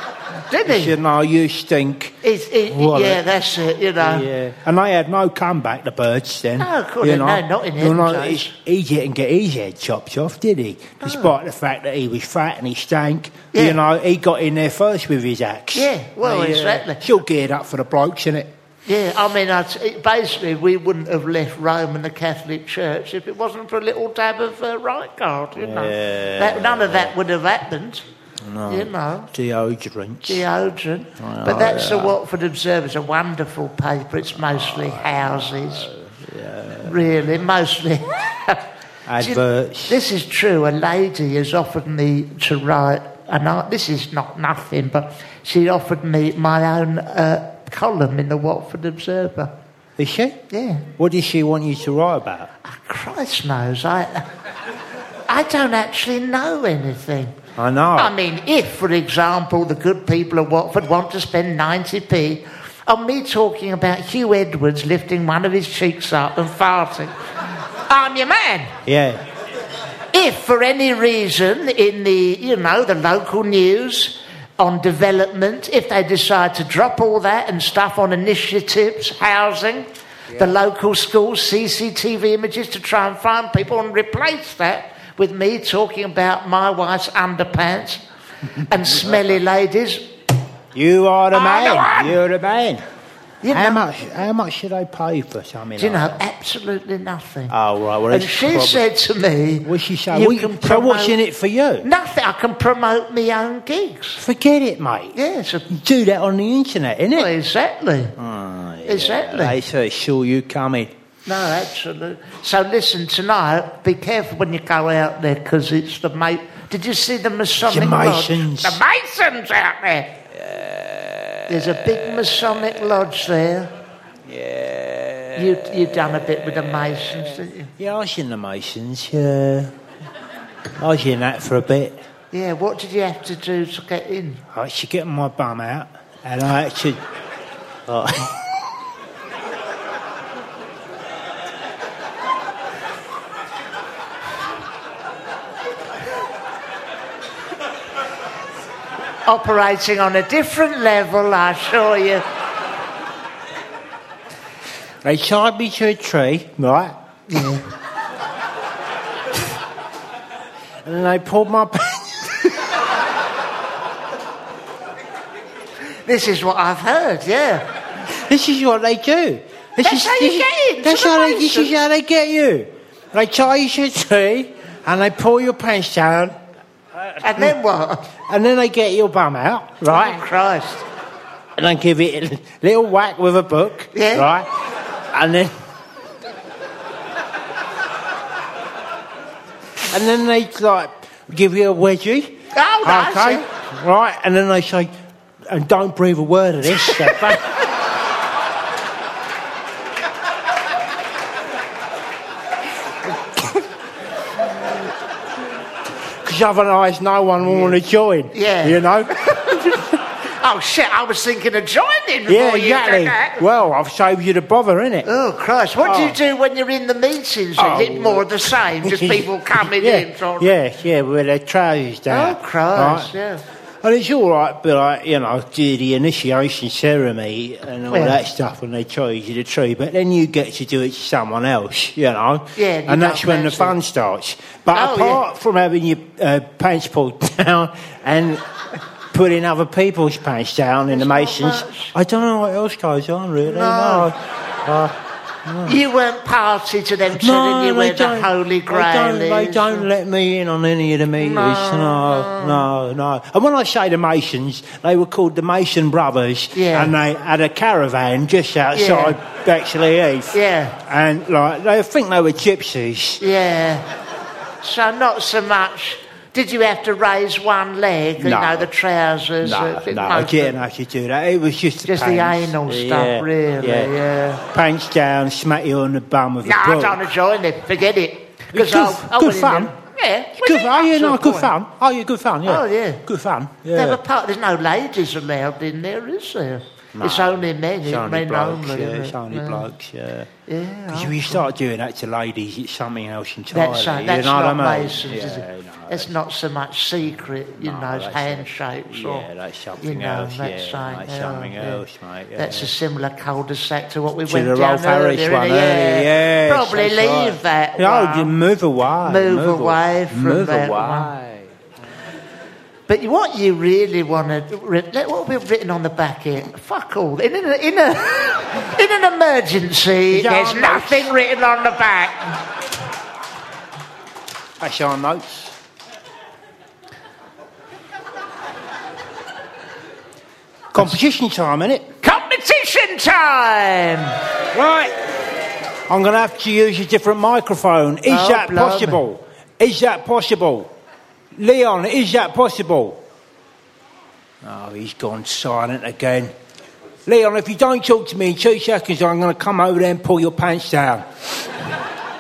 C: Didn't
A: You know, you stink.
C: It's, it,
A: Well,
C: yeah,
A: it-
C: that's it, you know.
A: Yeah. And they had no comeback, the birds then.
C: No, of course, no, not in
A: you know,
C: them days.
A: it's- He didn't get his head chopped off, did he? Despite the fact that he was fat and he stank.
C: Yeah.
A: You know, he got in there first with his axe.
C: Yeah, well,
A: He, uh,
C: exactly.
A: It's all geared up for the blokes, isn't it?
C: Yeah, I mean, I'd, it, basically, we wouldn't have left Rome and the Catholic Church if it wasn't for a little dab of uh, right guard, you know. That, none of that would have happened, you know.
A: Deodorants.
C: Deodorant.
A: Oh,
C: but that's the Watford Observer's a wonderful paper. It's mostly houses. Really, mostly. Do you-
A: Adverts.
C: This is true. A lady has offered me to write, and I, this is not nothing, but she offered me my own uh, column in the Watford Observer.
A: Is she?
C: Yeah. Ah,
A: What does she want you to write about?
C: Christ knows, I, I don't actually know anything.
A: I know.
C: I mean, if, for example, the good people of Watford want to spend 90p on me talking about Hugh Edwards lifting one of his cheeks up and farting, I'm your man.
A: yeah.
C: If for any reason in the, you know, the local news on development, if they decide to drop all that and stuff on initiatives, housing, the local schools, CCTV images to try and find people and replace that with me talking about my wife's underpants and smelly ladies.
A: You are the
C: I'm the
A: man.
C: one.
A: You're the man.
C: You
A: how
C: know-
A: much? How much should I pay for something?
C: Do you
A: like
C: know, absolutely nothing.
A: Oh, right, well,
C: and
A: it's
C: she
A: probably-
C: said to me,
A: Well, she said,
C: "You
A: "Well,
C: can
A: so what's
C: promote-
A: in it for you?"
C: Nothing. I can promote my own gigs.
A: Forget it, mate.
C: Yes, of
A: You do that on the internet,
C: Well,
A: innit?
C: exactly.
A: Ah,
C: Exactly.
A: They say, sure, you coming.
C: No, absolutely. So listen, tonight, be careful when you go out there because it's the mate. Did you see the Masonic
A: The
C: lodge?
A: Masons.
C: The Masons out there. There's a big Masonic lodge there. Yeah. You you done a bit with the Masons, didn't you?
A: Yeah, I seen the Masons, yeah. I seen that for a bit.
C: Yeah. What did you have to do to get in?
A: I had to get my bum out, and I had to... Oh,
C: Operating on a different level, I assure you.
A: they tied me to a tree, right? and then they pulled my...
C: This is what I've heard. Yeah.
A: This is what they do. This
C: That's
A: is,
C: how you
A: this-
C: get into
A: That's
C: the
A: how they, this
C: places.
A: is how they get you. They tie you to a tree and they pull your pants down
C: And then what?
A: and then they get your bum out,
C: Oh,
A: right?
C: Christ.
A: And they give it a little whack with a book,
C: Yeah.
A: right? And then. And then they like give you a wedgie.
C: Oh, that's
A: okay,
C: it.
A: right? And then they say, "And don't breathe a word of this." so ba- Because otherwise, no one will want to join.
C: Yeah.
A: You know?
C: Oh shit! I was thinking of joining before
A: Yeah,
C: you did that.
A: exactly. Well, I've saved you the bother, innit?
C: Oh Christ! What do you do when you're in the meetings?
A: Oh,
C: Is it more of the same? Just people coming
A: yeah,
C: in? Sort of?
A: Yeah, yeah, with their trousers down.
C: Oh Christ! Yeah.
A: And it's all right, but like, you know, do the initiation ceremony and all
C: Yeah.
A: that stuff, and they charge you the tree. But then you get to do it to someone else, you know.
C: Yeah, you
A: and that's
C: don't
A: when the
C: fancy.
A: fun starts. But
C: Oh,
A: apart from having your uh, pants pulled down and putting other people's pants down in the
C: There's not
A: masons,
C: much.
A: I don't know what else goes on really.
C: No.
A: no. Oh.
C: You weren't party to them telling you where the Holy Grail
A: They don't, they
C: is.
A: don't let me in on any of the meetings. No, no, no. And when I say the Masons, they were called the Mason Brothers,
C: Yeah.
A: and they had a caravan just outside Bexley Heath.
C: Yeah.
A: and like they think they were gypsies.
C: Yeah. So not so much. Did you have to raise one leg? You
A: No.
C: know the trousers.
A: No,
C: uh,
A: no,
C: most
A: I
C: of-
A: didn't have to do that. It was just the
C: Just the
A: pants.
C: anal stuff, really, yeah.
A: Pants down, smack you on the bum with
C: No,
A: a
C: I
A: book.
C: don't join it. Forget it. Because
A: Good-
C: I, I
A: good
C: wouldn't
A: fun.
C: even- Yeah. was
A: Good,
C: it?
A: oh, yeah,
C: That's
A: no,
C: the
A: good
C: point.
A: fun. Oh, yeah, good fun, yeah.
C: Oh, yeah.
A: Good fun, yeah.
C: They were part- there's no ladies allowed in there, is there? It's only men.
A: It's
C: It's
A: only
C: men
A: blokes,
C: only.
A: yeah.
C: isn't
A: It's
C: it?
A: only
C: Yeah.
A: blokes, yeah.
C: Yeah,
A: Because if you start doing that to ladies, it's something else entirely.
C: That's,
A: you
C: that's
A: know
C: not
A: what I mean?
C: Masons,
A: yeah,
C: is it?
A: no,
C: it's not so much secret, you
A: No,
C: know,
A: that's-
C: handshakes or.
A: yeah, that's something
C: you know,
A: else,
C: That's
A: yeah,
C: something,
A: that's something
C: yeah.
A: else, mate, yeah.
C: That's a similar cul-de-sac to what we
A: To
C: went
A: the
C: down
A: Ralph Harris
C: earlier.
A: one,
C: innit?
A: earlier,
C: yeah.
A: yes,
C: Probably
A: that's
C: leave
A: right.
C: that.
A: No,
C: one.
A: you move away.
C: Move away from
A: move
C: that
A: away.
C: But what you really want to, what we've written on the back here, fuck all. In, an in, a, in an emergency,
A: Yeah,
C: there's
A: I'm not-
C: nothing written on the back.
A: That's our notes. Competition time, innit?
C: Competition time!
A: Right. I'm going to have to use a different microphone. Is
C: Oh,
A: that
C: blimey.
A: possible? Is that possible? Leon, is that possible? Oh, he's gone silent again. Leon, if you don't talk to me in two seconds, I'm going to come over there and pull your pants down.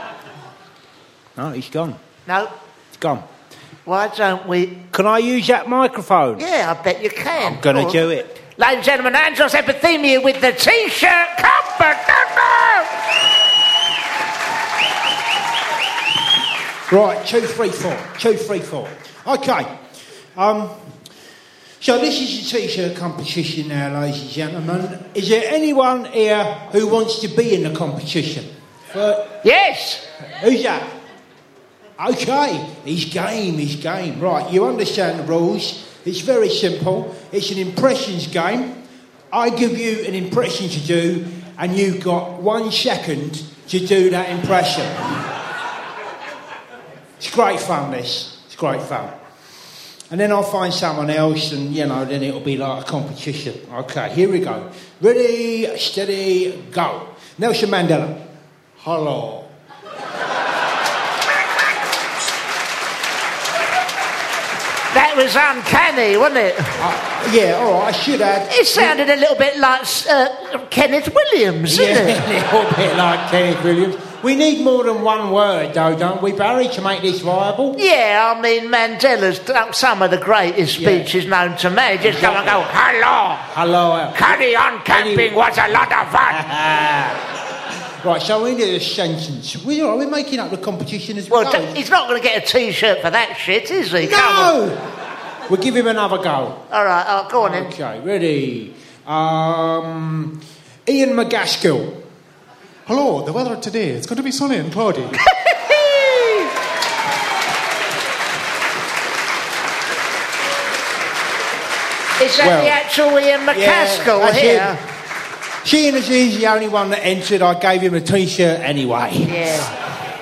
A: no, he's gone.
C: No,
A: He's gone.
C: why don't we?
A: Can I use that microphone?
C: Yeah, I bet you can.
A: I'm going
C: Go
A: to
C: on.
A: do it.
C: Ladies and gentlemen, Angelos Epithemia with the T-shirt competition!
A: Right, two, three, four. Two, three, four. Okay. Um, so this is a t-shirt competition now, ladies and gentlemen. Is there anyone here who wants to be in the competition? Well,
C: Yes!
A: who's that? Okay, he's game, he's game. Right, you understand the rules. It's very simple. It's an impressions game. I give you an impression to do, and you've got one second to do that impression. It's great fun, this. It's great fun. And then I'll find someone else, and you know, then it'll be like a competition. Okay, here we go. Ready, steady, go. Nelson Mandela. Hello.
C: That was uncanny, wasn't it?
A: Uh, yeah, all right, I should add.
C: It sounded a little bit like uh, Kenneth Williams, didn't it?
A: Yeah, a little bit like Kenneth Williams. We need more than one word, though, don't we, Barry, to make this viable?
C: Yeah, I mean, Mandela's done some of the greatest
A: Yeah.
C: speeches known to me. Just come and go, hello,
A: Hello. uh,
F: Carry on camping was a lot of fun.
A: Right, so we need a sentence. We, are we making up the competition as well?
C: Well, d- he's not going to get a T-shirt for that shit, is he? Come on.
A: no! We'll give him another go.
C: All right, oh, go on then.
A: Okay, ready. Um, Ian McGaskill.
G: Hello, the weather today is going to be sunny and cloudy.
C: Is that
A: Oh. Well,
C: the actual Ian McCaskill
A: that's
C: here?
A: him. Seeing as he's the only one that entered, I gave him a t shirt anyway.
C: Yeah.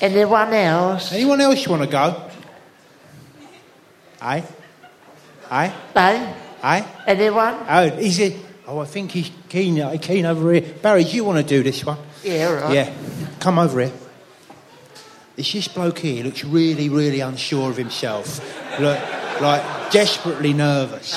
C: Anyone else?
A: Anyone else want to go? Aye? Aye?
C: No?
A: Aye?
C: Anyone?
A: Oh, is it? Oh, I think he's keen, uh, keen over here. Barry, do you want to do this one?
C: Yeah, all right.
A: Yeah, come over here. It's this bloke here looks really, really unsure of himself. Look, like desperately nervous.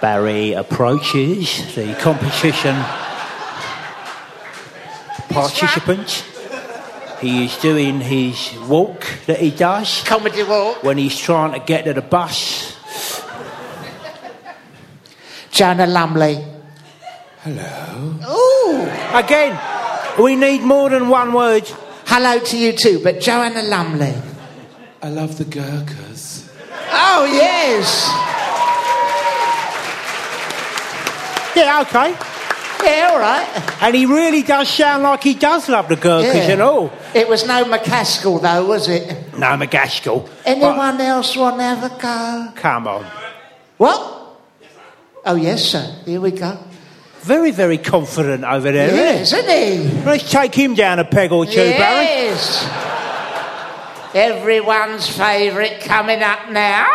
A: Barry approaches the competition participants. He is doing his walk that he does.
C: Comedy walk.
A: When he's trying to get to the bus.
C: Joanna Lumley.
A: Hello.
C: Oh,
A: Again, we need more than one word.
C: hello to you too, but Joanna Lumley.
H: I love the Gurkhas.
C: Oh, yes.
A: Yeah, okay.
C: Yeah, all right.
A: And he really does sound like he does love the Gurkhas
C: Yeah.
A: and all.
C: It was no McCaskill, though, was it?
A: No, McGaskill.
C: Anyone else want to have a go?
A: Come on.
C: What? Oh, yes, sir. Here we go.
A: Very, very confident over there, isn't he?
C: Yes, isn't he?
A: Let's take him down a peg or two, Barry.
C: yes. Everyone's favourite coming up now.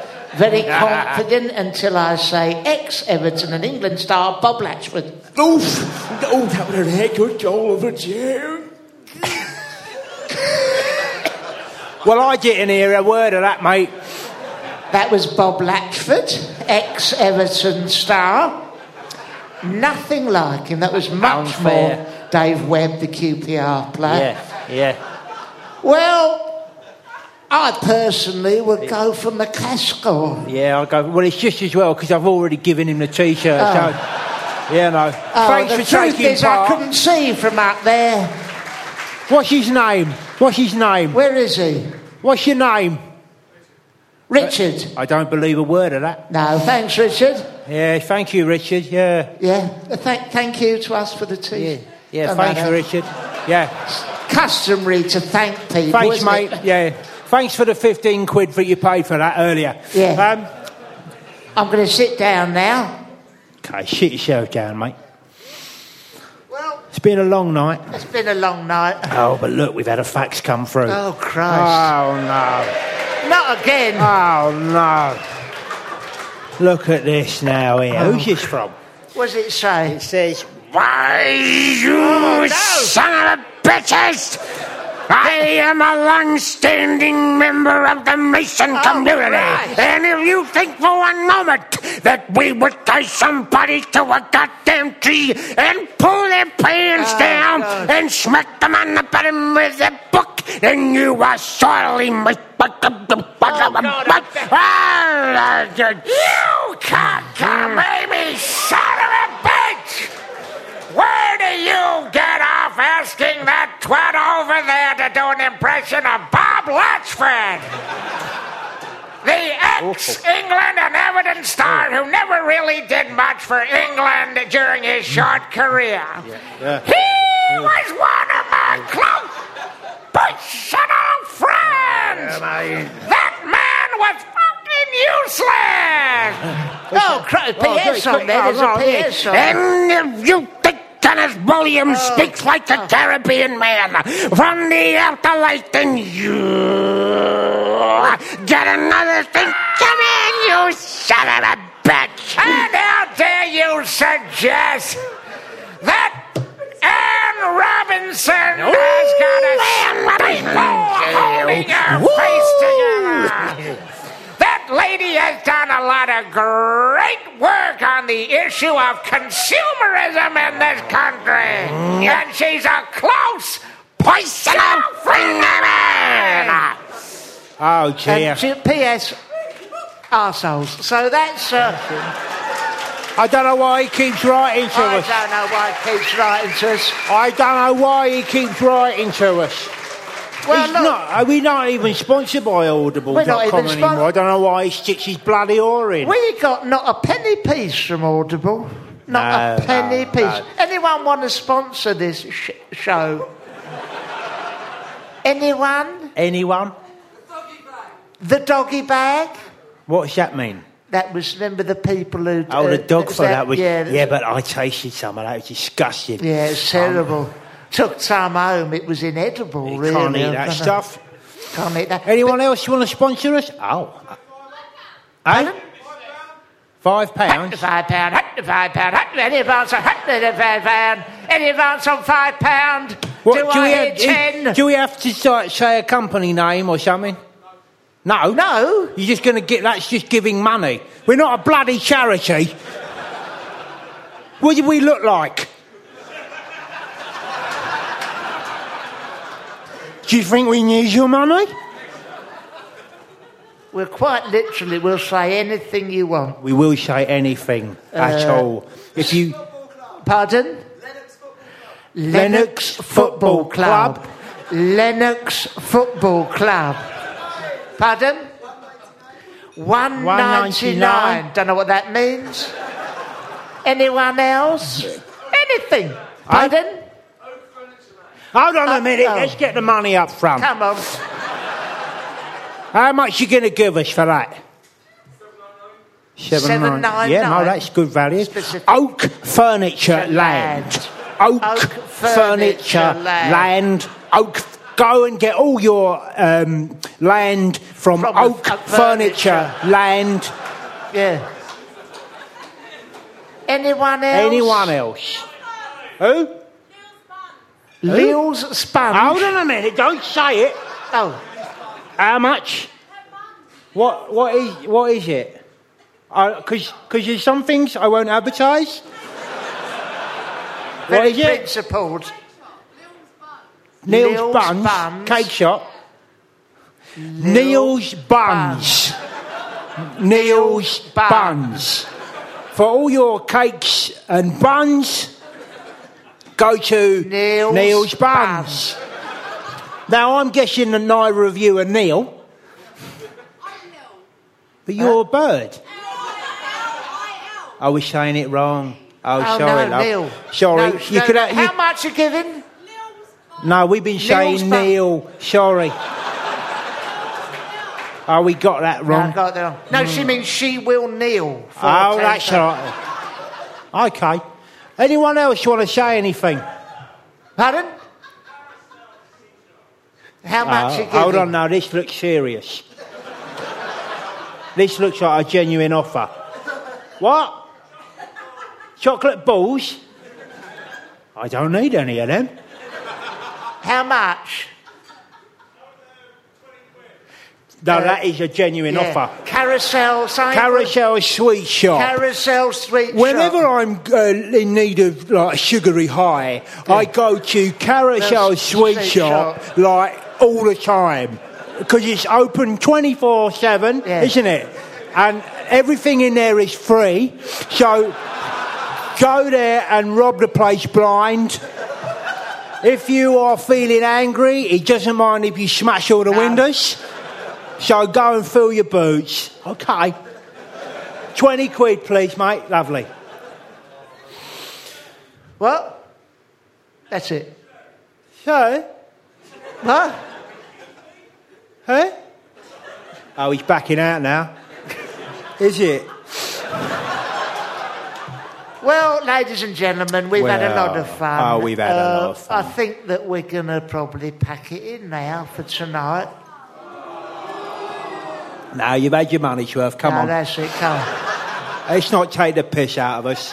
C: Very confident until I say ex Everton and England star Bob Latchford.
I: Oof! Oh, that was a record all over you.
A: Well, I didn't hear a word of that, mate.
C: That was Bob Latchford, ex Everton star. Nothing like him. That was much
A: Unfair.
C: more Dave Webb, the QPR player.
A: Yeah, yeah.
C: Well, I personally would go for McCaskill.
A: Yeah, I'll go. Well, it's just as well because I've already given him the t shirt, so. Yeah, no.
C: Oh,
A: Thanks
C: the
A: for
C: truth
A: taking
C: is, I
A: part.
C: couldn't see from up there.
A: What's his name? What's his name?
C: Where is he?
A: What's your name?
C: Richard.
A: I don't believe a word of that.
C: No, thanks, Richard.
A: Yeah, thank you, Richard. Yeah.
C: Yeah, uh, thank, thank you to us for the tea. uh,
A: Yeah, yeah thanks, Richard. Yeah.
C: Customary to thank people.
A: Thanks,
C: isn't
A: mate.
C: it?
A: Yeah. Thanks for the 15 quid that you paid for that earlier.
C: Yeah.
A: Um,
C: I'm going to sit down now.
A: okay, shit yourself down, mate. It's been a long night.
C: It's been a long night.
A: Oh, but look, we've had a fax come through.
I: Ah.
C: Oh, Christ.
A: Oh, no.
C: Not again.
A: Oh, no. Look at this now here. Who's this from?
C: What's it say?
A: It says,
I: Why, you son of a bitches! I am a long-standing member of the Mason community,
C: right.
I: and if you think for one moment that we would tie somebody to a goddamn tree and pull their pants down and smack them on the bottom with a book, then you are sorely mis- Ah, You can't come, baby, son of a bitch! Where do you get off asking that twat over there to do an impression of Bob Latchford? The ex England and Everton star who never really did much for England during his short career. He was one of my close personal friends. That man was fucking useless.
C: Oh, Christ.
A: Oh,
C: PS
A: great,
C: on there.
A: great.
C: There's a PS
A: Oh, no,
C: on
I: And if you think Dennis Williams speaks like a Caribbean man from the afterlife, then you get another thing. Come in, you son of a bitch! And how dare you suggest that Anne Robinson has got a staple holding her face together. That lady has done a lot of great work on the issue of consumerism in this country,
C: Mm.
I: and she's a close personal friend of mine.
A: oh,
C: there.
A: dear.
C: And to- PS. Arseholes. So that's. Uh,
A: I don't know why he keeps writing to
C: I
A: us.
C: don't know why it keeps writing to us.
A: I don't know why he keeps writing to us.
C: Well,
A: He's
C: look.
A: not, we're not even sponsored by Audible.com
C: We're not even spon-
A: anymore. I don't know why he sticks his bloody oar in.
C: We got not a penny piece from Audible. Not
A: No,
C: a penny
A: no,
C: piece.
A: no.
C: Anyone want to sponsor this sh- show? Anyone?
A: Anyone?
C: The doggy bag?
A: What's that mean?
C: That was, remember the people who.
A: Oh, the
C: uh,
A: dog for that was.
C: Yeah,
A: Yeah, but I tasted some of that. It was disgusting.
C: yeah, it's terrible. Took some home, it was inedible,
A: You
C: really.
A: can't eat
C: I
A: that
C: dunno.
A: stuff.
C: Can't eat that.
A: Anyone else want to sponsor us? Oh. Hey? Five pounds?
C: Five pound, hut, five pound, hut, any advance on hut, any five pound, any advance on five pound. do, I hear
A: have,
C: ten?
A: do we have to start, say a company name or something? No. No. You're just going to get that's just giving money. We're not a bloody charity. what do we look like? do you think we need your money?
C: We're quite literally, we'll say anything you want.
A: We will say anything at
C: Uh,
A: all. If you
C: Pardon? Lennox Football Club. Lennox Football Club. Pardon? 199. Don't know what that means. Anyone else? Anything. Pardon?
A: Hold on a minute,
C: oh.
A: let's get the money up front.
C: Come on.
A: How much you going to give us for that? Seven,
C: Seven nine
A: Yeah, no,
C: nine.
A: that's good value. Oak Furniture Land. Oak, Furniture
C: Furniture
A: Land. Oak. Go and get all your um, land from,
C: From the
A: Oak
C: f-
A: Furniture Land.
C: Yeah. Anyone else?
A: Anyone else? Who?
C: Leals Sponge.
A: Hold on a minute, don't say it.
C: Oh.
A: How much? What, what, is, what is it? Because there's some things I won't advertise. what
C: Very
A: is it?
C: principled.
A: Neil's,
C: Neil's
A: buns,
C: Buns.
A: Cake shop. Neil's buns. Neil's buns. For all your cakes and buns, go to Neil's, buns. Now I'm guessing that neither of you are Neil. But you're a bird. I was saying it wrong. Oh,
C: Oh,
A: sorry,
C: no,
A: love.
C: Neil.
A: Sorry,
C: No,
A: you
C: no,
A: could.
C: no.
A: have- you-
C: How much you giving?
A: no, we've been saying
C: bun.
A: Neil. Sorry. Oh, we got that
C: No,
A: wrong.
C: I got that wrong. No, she means she will kneel. For
A: oh,
C: ten
A: that's
C: seconds.
A: all right. Okay. Anyone else want to say anything?
C: Pardon? How much
A: Oh,
C: you giving?
A: hold on now, this looks serious. this looks like a genuine offer. What? Chocolate balls? I don't need any of them.
C: How much?
A: No, that is a genuine
C: Uh, Yeah.
A: offer.
C: Carousel, sign.
A: Carousel sweet shop.
C: Carousel sweet
A: Whenever
C: shop.
A: I'm uh, in need of like a sugary high, I go to Carousel
C: The s-
A: Sweet
C: sweet
A: Shop, like all the time because it's open 24 7,
C: Yeah.
A: isn't it? And everything in there is free. So go there and rob the place blind. If you are feeling angry, he doesn't mind if you smash all the windows. So go and fill your boots. Okay. 20 quid, please, mate. Lovely.
C: What? That's it.
A: So,
C: What?
A: huh? Oh, he's backing out now. Is it?
C: Well, ladies and gentlemen, we've had a lot of fun. Uh,
A: Well, oh, we've had a lot of
C: I think that we're going to probably pack it in now for tonight.
A: No, you've had your money's worth. Come
C: no,
A: on.
C: that's it. Come on.
A: Let's not take the piss out of us.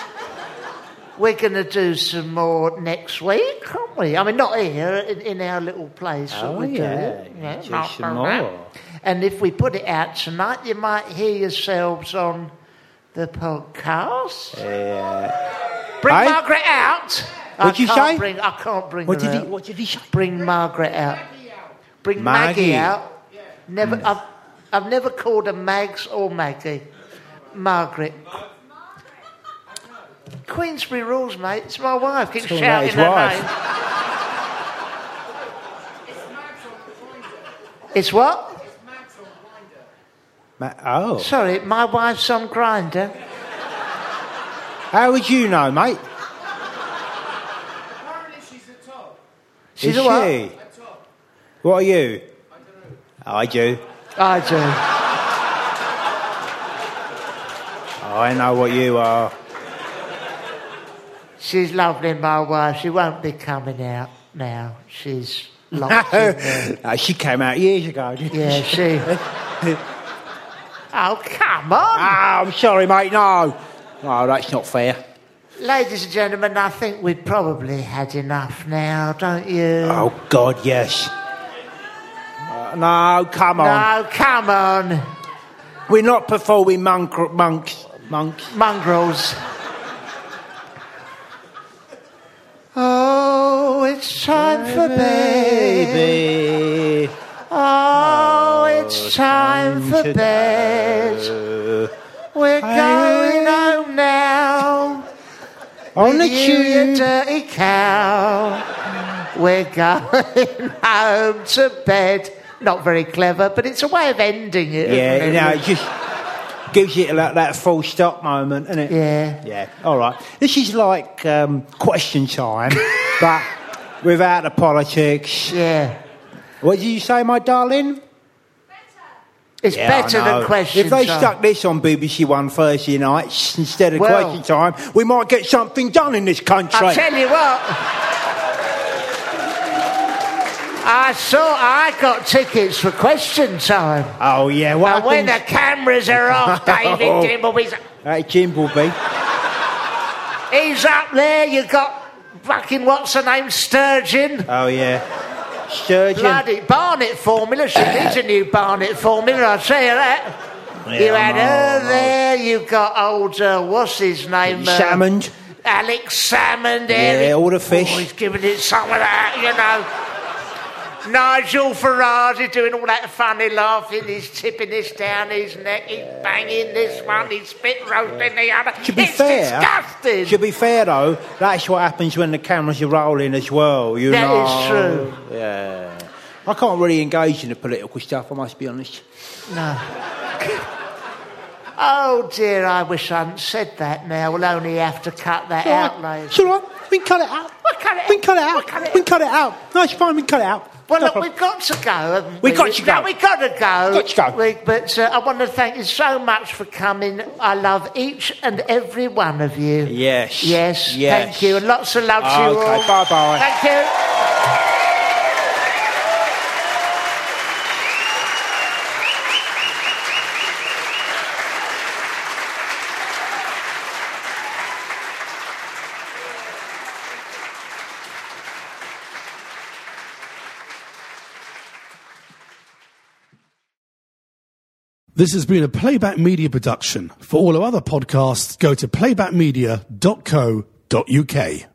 C: We're going to do some more next week, aren't we? I mean, not here, in, in our little place. that
A: Oh,
C: we
A: yeah.
C: Do.
A: Do
C: not
A: some
C: bad.
A: more.
C: And if we put it out tonight, you might hear yourselves on the podcast. Bring
A: Hey?
C: Margaret out.
A: What'd
C: I
A: you
C: can't
A: say?
C: Bring, I can't bring
A: What
C: her
A: did he?
C: out.
A: What did he say?
C: Bring Margaret out. Bring Maggie,
A: Maggie. Mm.
C: out. Never, I've, I've never called her Mags or Maggie. Margaret. Queensbury rules, mate. It's my wife. Keeps
A: Talking
C: shouting
A: about his
C: her
A: wife.
C: name. It's what?
A: Ma- oh,
C: Sorry, my wife's on grinder.
A: how would you know, mate?
C: She's a
A: Is
C: what?
A: she? What are you? I do.
C: I do.
A: I know what you are.
C: She's lovely, my wife. She won't be coming out now. She's locked in there.
A: No, she came out years ago. didn't
C: Yeah,
A: she?
C: she. oh, come on.
A: Ah, I'm sorry, mate. No, no, that's not fair.
C: Ladies and gentlemen, I think we've probably had enough now, don't you?
A: Oh God, yes. No, no, come on.
C: No, come on.
A: We're not performing monk, monks, monks.
C: Mongrels. Oh, it's time for baby. Oh, it's time for bed. We're going home now.
A: On
C: With
A: the
C: you, you
A: tube.
C: dirty cow. We're going home to bed. Not very clever, but it's a way of ending it.
A: Yeah,
C: isn't
A: you
C: it?
A: know, it just gives you like that full stop moment, isn't it?
C: Yeah.
A: Yeah. All right. This is like um, question time, but without the politics.
C: Yeah.
A: What did you say, my darling?
C: It's
A: Yeah, I
C: better than
A: know.
C: question
A: If they
C: time.
A: stuck this on BBC One Thursday nights instead of
C: Well-
A: question time, we might get something done in this country.
C: I tell you what. I saw I got tickets for question time.
A: oh yeah. What
C: And when the
A: happens-
C: cameras are off, David
A: Oh.
C: Dimbleby's
A: Hey, Jimbleby.
C: he's up there. You got fucking what's her name, Sturgeon.
A: Oh yeah. Sturgeon.
C: Bloody Barnett formula. She needs a new Barnett formula. I'll tell you that.
A: Yeah,
C: you had
A: I know, I
C: her
A: know.
C: there. You've got old uh, what's his name? uh,
A: Salmond.
C: Alex Salmond.
A: Yeah, all the fish.
C: Oh, he's giving it some of that, you know. Nigel Farage is doing all that funny laughing. He's tipping this down his neck. He's banging this one. He's spit roasting the other.
A: To be
C: it's
A: fair,
C: disgusting.
A: to be fair though, that's what happens when the cameras are rolling as well. You
C: That
A: know.
C: is true.
A: Yeah. I can't really engage in the political stuff. I must be honest.
C: No. oh dear, I wish I hadn't said that now. We'll only have to cut that out later.
A: It's all right. We can cut it out.
C: We'll cut it
A: We can cut it
C: We'll cut it
A: out. We can cut it out. No, it's fine. We can cut it out.
C: Well,
A: No
C: look,
A: problem.
C: we've got to go, haven't we?
A: We've got to go.
C: No, we've got to go.
A: Got to go.
C: We- but uh, I want to thank you so much for coming. I love each and every one of you.
A: Yes.
C: Yes.
A: Yes.
C: Thank you. And lots of love to you all.
A: Okay. Bye bye.
C: Thank you.
J: This has been a Playback Media production. For all our other podcasts, go to playbackmedia.co.uk.